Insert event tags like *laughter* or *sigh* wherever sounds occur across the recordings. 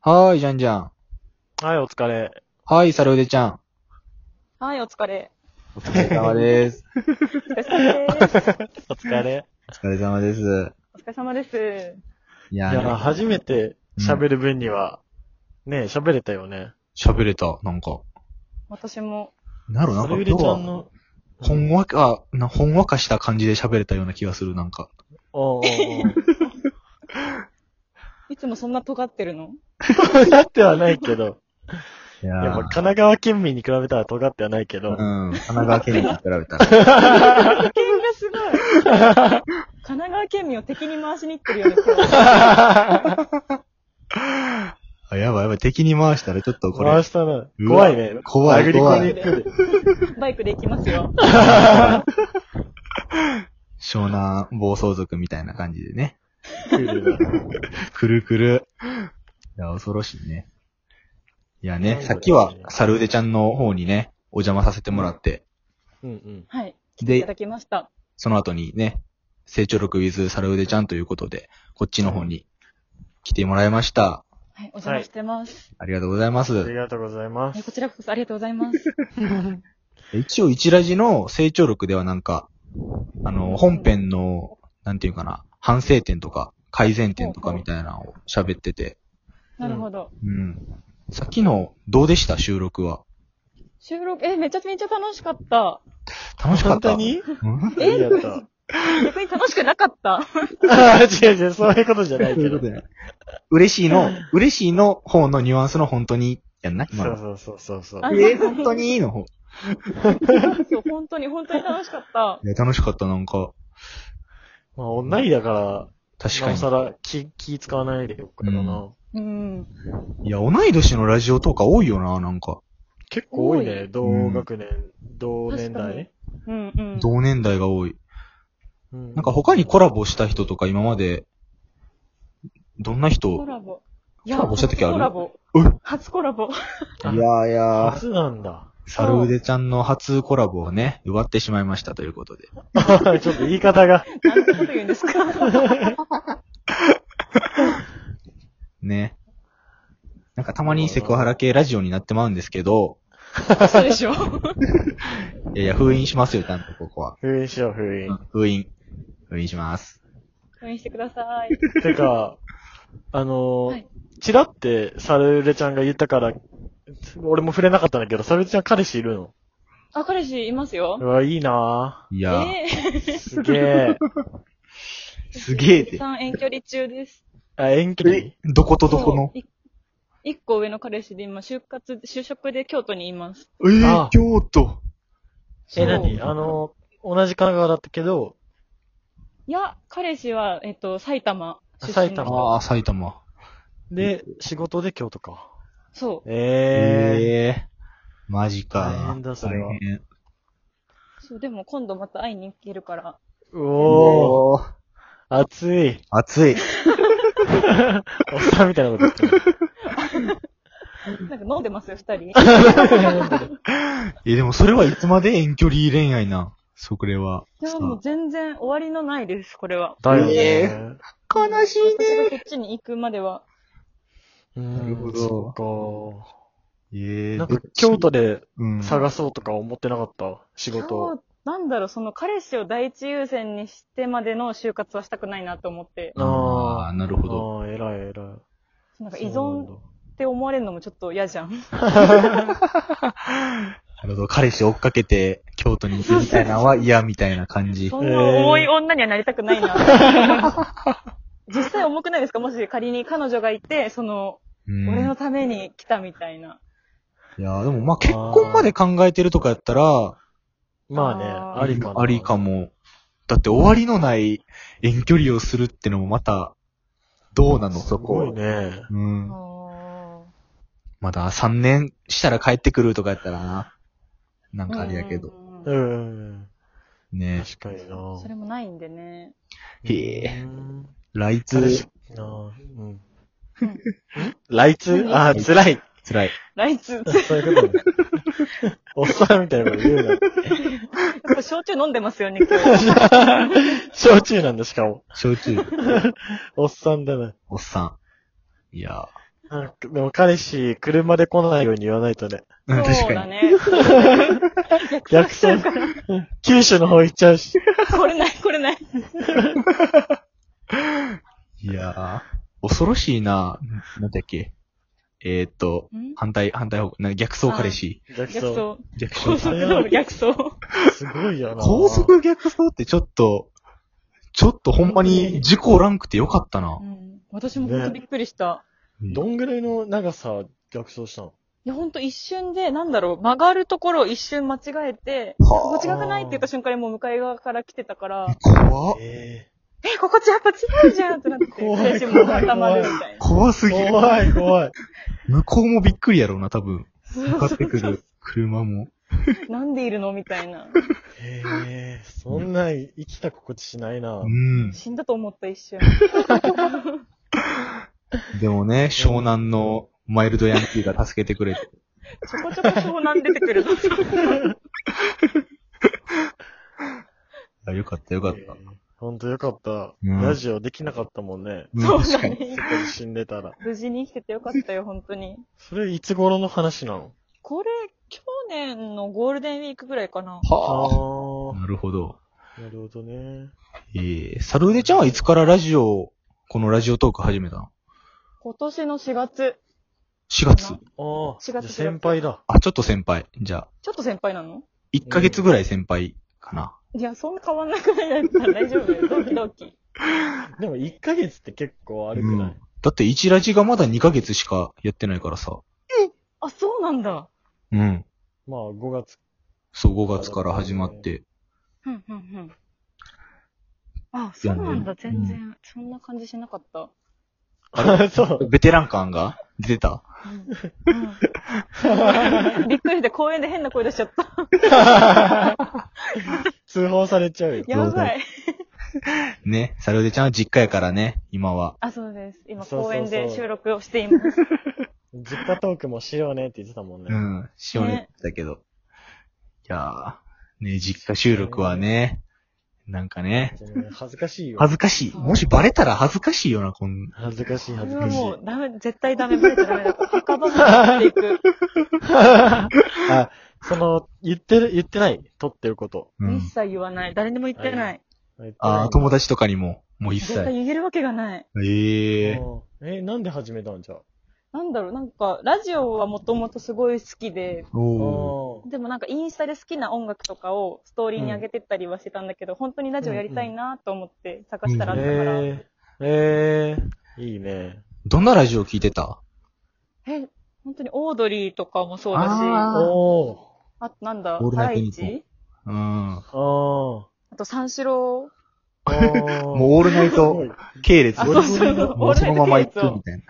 はーい、じゃんじゃん。はい、お疲れ。はーい、サルウデちゃん。はい、お疲れ。お疲れ様です。お疲れ様です。お疲れ。 *laughs* お疲れ様です。お疲れ様です。いいや、や、初めて喋る分には、ねえ、喋れたよね。喋れた、なんか。私も、なるそなんかれゆ今り日ちゃんは、の、ほんわか、な、ほんわかした感じで喋れたような気がする、なんか。おう *laughs* いつもそんな尖ってるのおうおう尖ってはないけど。いいやや、まあ神奈川県民に比べたら尖ってはないけうん、 *laughs* ど。神奈川県に比べたら。保険がすごい。 *laughs* 神奈川県民を敵に回しに行ってるよね、今日。 *laughs* あやばいやばい、敵に回したらちょっとこ回れ、したうな。わ怖いね。怖いアグリコに行くで。バイクで行きますよ。湘南暴走族みたいな感じでね。来るなくるくる。いや、恐ろしいね。いやね、さっきは、サルウデちゃんの方にね、お邪魔させてもらって、うんうん。はい。いでただ、きました。その後にね、成長力 with サルウデちゃんということで、こっちの方に来てもらいました。はい、お邪魔してます。ありがとうございまありす。がとうございまはい、す。こちらこそありがとうございます。一応、一ラジの成長力ではなんか、あの、本編の、なんていうかな、反省点とか、改善点とかみたいなのを喋ってて、なるほど。うん。さっきの、どうでした収録は。収録、え、めちゃめちゃ楽しかった。楽しかった。本当にうんありがとう。 *laughs* 逆に楽しくなか *laughs* った。ああ、違う違う、そういうことじゃないそういけうこどと。や。嬉しいの、嬉しいの方のニュアンスの本当に、やんな今そうの。そうそうそうそう。あえー、本当にいいの方。そう、本当に、本当に楽しかった。いや、楽しかった、なんか。まあ、オンラインだから、確なかおに。さら気、気使わないでよっかうな、んうん。いや、同い年のラジオとか多いよな、なんか。結構多い多ね。い同学年、同年代。うんうん。同年代が多い。ななんか他にコラボした人とか今まで、どんなコ人ラボ。コラボした時ある初コラボえ。初コラボ。あやいや、初なんだ。サルウデちゃんの初コラボをね、奪ってしまいましたということで。 *laughs* ちょっと言い方が。なんてこと言うんですかね。なんかたまにセクハラ系ラジオになってまうんですけど、そうでしょいやいや、封印しますよ、ちゃんとここは。封印しよう、封うん印。封印。封印します。 *laughs* 応援してください。てか、あのーはいチラってサルレちゃんが言ったから、俺も触れなかったんだけど、サルレちゃん彼氏いるのあ、彼氏いますよう。わ、いいないえやー、えぁ。すげ *laughs* え。すげえー。で。さん遠距離中です。あ、遠距離えどことどこのそうい一個上の彼氏で今、就活、就職で京都にいます。えあ京都。え、な何あのー同じ神奈川だったけど、いや、彼氏は、えっと、埼玉出身。埼玉ああ、埼玉。で、仕事で京都か。そう。ええええマジか。大変だそれは大変そう、でも今度また会いに行けるから。ー。うおー、ー熱い。暑い。おっさんみたいなこと言ってる。なんか飲んでますよ、二人。 *laughs* え、でもそれはいつまで遠距離恋愛なんそれは。いや、さもう全然終わりのないです、これは。だよね。え悲しい私がこっちに行くまでは。うーなるほん、どそえっえか。なんか、京都でうん探そうとか思ってなかった、仕事そを。う、なんだろう、その彼氏を第一優先にしてまでの就活はしたくないなと思って、ああ、なるほど。ああ、偉い偉なんかい。依存って思われるのもちょっと嫌じゃん。なるほど。彼氏追っかけて、京都に行くみたいな *laughs* のは嫌みたいな感じ。そんな重い女にはなりたくないな。 *laughs* 実際重くないですかもし仮に彼女がいて、その、うん俺のために来たみたいな。いやーでもまあ結婚まで考えてるとかやったら、まあね、あーありかな。ありかも。だって終わりのない遠距離をするってのもまた、どうなのすそごいこ。ね。うん。あまだ3年したら帰ってくるとかやったらな。なんーかあれやけど。。うんうん。ね確かにな。それもないんでね。へえ。うん来彼通氏。なあうん。うん来通ああ、辛い。辛い。来通、そういうことね。 *laughs* おっさんみたいなこと言 *laughs* うな。これ焼酎飲んでますよね、今日。焼酎なんだ、しかも。焼酎。おっさんだな。おっさん。いやなんかでも彼氏、車で来ないように言わないとね。うん、*laughs* そ確うかだに。ね。逆 *laughs* 走、九州の方行っちゃうし。これない、これない。いやー、恐ろしいな。なんだっけ。えー、っと、ん反対、反対方向、な逆走彼氏。逆走。逆走。逆高 *laughs* 走。速道路逆走。すごいよな。高速逆走ってちょっと、ちょっとほんまに事故おらんくてよかったなう。ん、私も本当びっくりした。どんぐらいの長さ逆走したのいや、ほんと一瞬で、なんだろう、曲がるところを一瞬間違えて、は間違くないって言った瞬間にもう向かい側から来てたからあ、怖っえ *laughs* え、ここやっぱ違うじゃんってなって、怖い *laughs* 最初もう固まるみたいな。怖すぎえる。怖い怖い。向こうもびっくりやろうな、多分。向かってくそうそうる車も。 *laughs* なんでいるのみたいな。へえそんな生きた心地しないなう。ん。死んだと思った一瞬。でもね、湘南のマイルドヤンキーが助けてくれて。ちょこちょこ湘南出てくるの。あよかった、よかった。ほんとよかった。うんラジオできなかったもんね。うんそうだこね。こで死んでたら。無事に生きててよかったよ、本当に。それいつ頃の話なのこれ、去年のゴールデンウィークぐらいかな。はあ。あなるほど。あ。なるほどね。えー、サルーデちゃんはいつからラジオ、このラジオトーク始めたの今年の4月。 ?4 月な。ああ。 4月じゃあ先輩だ。あ、ちょっと先輩。じゃあ、ちょっと先輩なの1ヶ月ぐらい先輩かな。いや、そんな変わんなくないだったら大丈夫よ。ドキドキ。でも1ヶ月って結構悪くうない、んだって1ラジがまだ2ヶ月しかやってないからさ。あ、そうなんだ。うん。まあ5月。そう、5月から始まって。うん、うん、うん。あ、そうなんだ。全然、そんな感じしなかった。あ、そう。ベテラン感が出てた *laughs* うん。びっくりして公園で変な声出しちゃった。通報されちゃうよ。 *laughs* やばい。ね。サルーデちゃんは実家やからね、今は。あ、そうです。今そうそうそう公園で収録をしています。実家トークもしようねって言ってたもんね。うん。しおねねだけど。いやー、ね、実家収録はね、なんかね、恥ずかしいよ。恥ずかしい。もしバレたら恥ずかしいよな、こん恥ずかしい、こ恥ずれはかしいも。うダメ、絶対ダメ、バレちゃダメだ。墓場まで持っていく。あ、その、言ってる、言ってない。撮ってること。う一ん。切言わない。誰にも言ってない。あー友達とかにも、もう一絶対切。言えるわけがない。ええー。もうえ、なんで始めたんじゃあ。なんだろう、なんか、ラジオはもともとすごい好きで、おー。おでもなんかインスタで好きな音楽とかをストーリーに上げてったりはしてたんだけど、本当にラジオやりたいなと思って探したらあーったから、えー、えー、いいね。どんなラジオ聞いてたえ、本当にオードリーとかもそうだし、ああーおー、となんだ、オールハナライトイニッポンチうん。もあー、もあと三四郎。うう、オールナイト系列あ、ゴそうリそうゴそリの、もうそのうまま行くみたい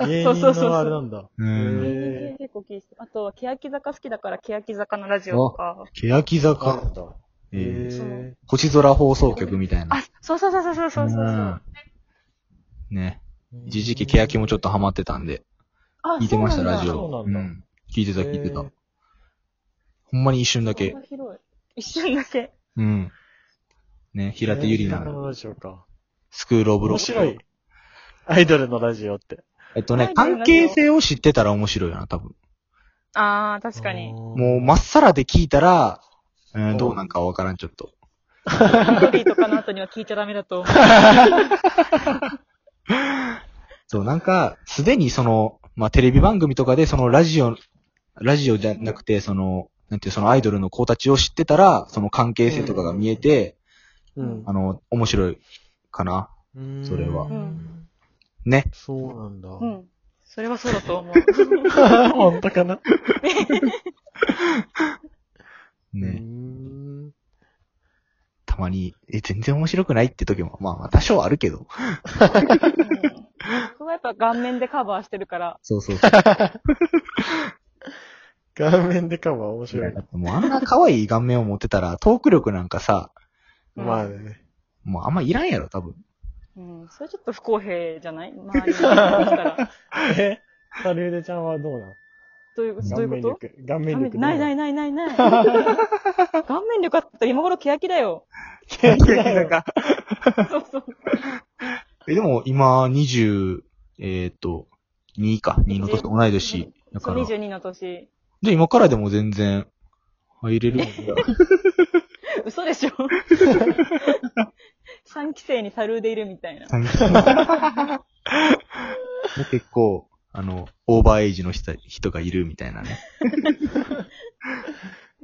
な。芸そうそうそう人そうのあれなんだ。うへん。ー結構聞いてたあとは、欅坂好きだから、欅坂のラジオとか。欅ある坂ん、だ。えーえ星空放送局みたいな。あ、そうそうそうそうそうそうそうう。んね。ー一時期欅もちょっとハマってたんで。あ聞いてました、そうなんだラジそオ。うなんだん。聞いてた、聞いてへたー。ほんまに一瞬だけ幅。広い一瞬だけ。うん。ね、平手ゆりな平手ののラジオか。スクールオブロッ面ク。白い。。アイドルのラジオって。えっとね、アイドル関のラジオ係性を知ってたら面白いよな、多分。ああ、確かに。もう、まっさらで聞いたら、うん、んどうなんかわからん、ちょっと。オードリーとかの後には聞いちゃダメだと思う。そう、なんか、すでにその、まあ、テレビ番組とかで、そのラジオ、ラジオじゃなくて、その、なんていう、そのアイドルの子たちを知ってたら、その関係性とかが見えて、うあの、面白いかな。ん。それはううんん。ね。そうなんだ。うん。それはそうだと思う。 *laughs* 本当かなうね。んたまに、え、全然面白くないって時も、まあまあ多少あるけど。うん僕はやっぱ顔面でカバーしてるから、そうそうそう。顔面でカバー面白いだ。ってもうあんな可愛い顔面を持ってたら、トーク力なんかさ、うんまあね。もうあんまいらんやろ、多分。うん、それちょっと不公平じ *laughs* ゃない周りにからしたら。えサルーデちゃんはどうなのどういうどう顔いう面こと力。顔面顔面力。。ないないいないな *laughs* いない。顔面力あったら今頃欅だよ。 *laughs* そうそう。え、でも今、20、えーっと、 2か、2の年と同い年。だそかう、ら。じゃ22の年。あ今からでも全然、入れるもんね。 *laughs* 嘘でし *laughs* ょ三期生にサルーでいるみたいな。結構、あの、オーバーエイジの人人がいるみたいなね。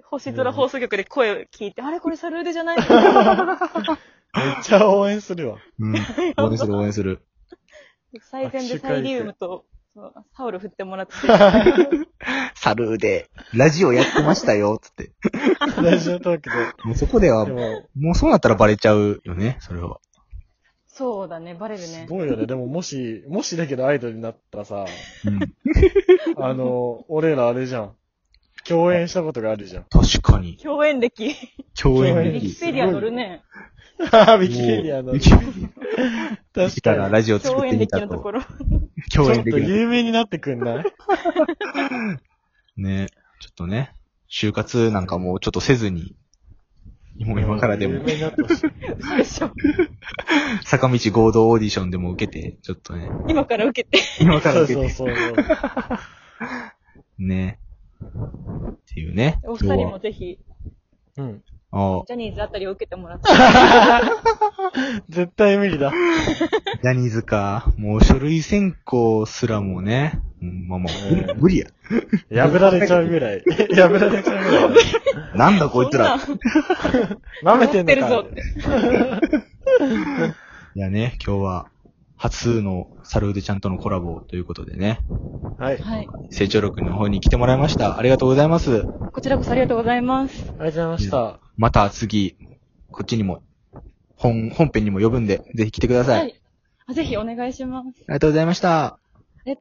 星空放送局で声を聞いて、あれこれサルーデじゃないめっちゃ応援する *laughs* わ。うん。応援する応援する。最前でサイリウムと、そうタオル振っても *laughs* らって。 *laughs* サルーで、ラジオやってましたよ、つって。ラジオトークもうそこでで。は、でもも、うそうなったらバレちゃうよね、それは。そうだね、バレるすね。ごいよね。でも、もし、もしだけどアイドルになったらさ、 *laughs* うん。あの、俺らあれじゃん。共演したことがあ *laughs* るじゃん。 *laughs* 確かに。共演歴。共演ウィキ歴。ペディア載るね。ああ、ウィキペディアの。ウィキペディア確来たらかに。ラジオ作共って演み歴た。のとことろ。ち共ょ演っ歴との有名になってくんないね。ちょっとね、就活なんかもうちょっとせずに、もう今からで有も、名になってほしい。嘘でしょ。坂道合同オーディションでも受けて、ちょっとね、今から受けて。今からそう受けそうて、そうそう。ね。っていうね。お二人もぜひ、うん。あジャニーズあたりを受けてもらって。絶対無理だ。あ、ジャニーズか。もう書類選考すらもね、うん、まあまあ、無理無理や。破られちゃうぐらい。 *laughs* 破られちゃうぐらい。なんだこいつら。そん舐めな、て持っんのてるか。ぞって。いやね、今日は、初のサルーデちゃんとのコラボということでね、はい。ありがはい。成長録の方に来てもらいました。ありがとうございます。こちらこそありがとうございます。とうございました。また次、こっちにも、本、本編にも呼ぶんで、ぜひ来てください。はい。あぜひお願いしまあす。りがとうございました。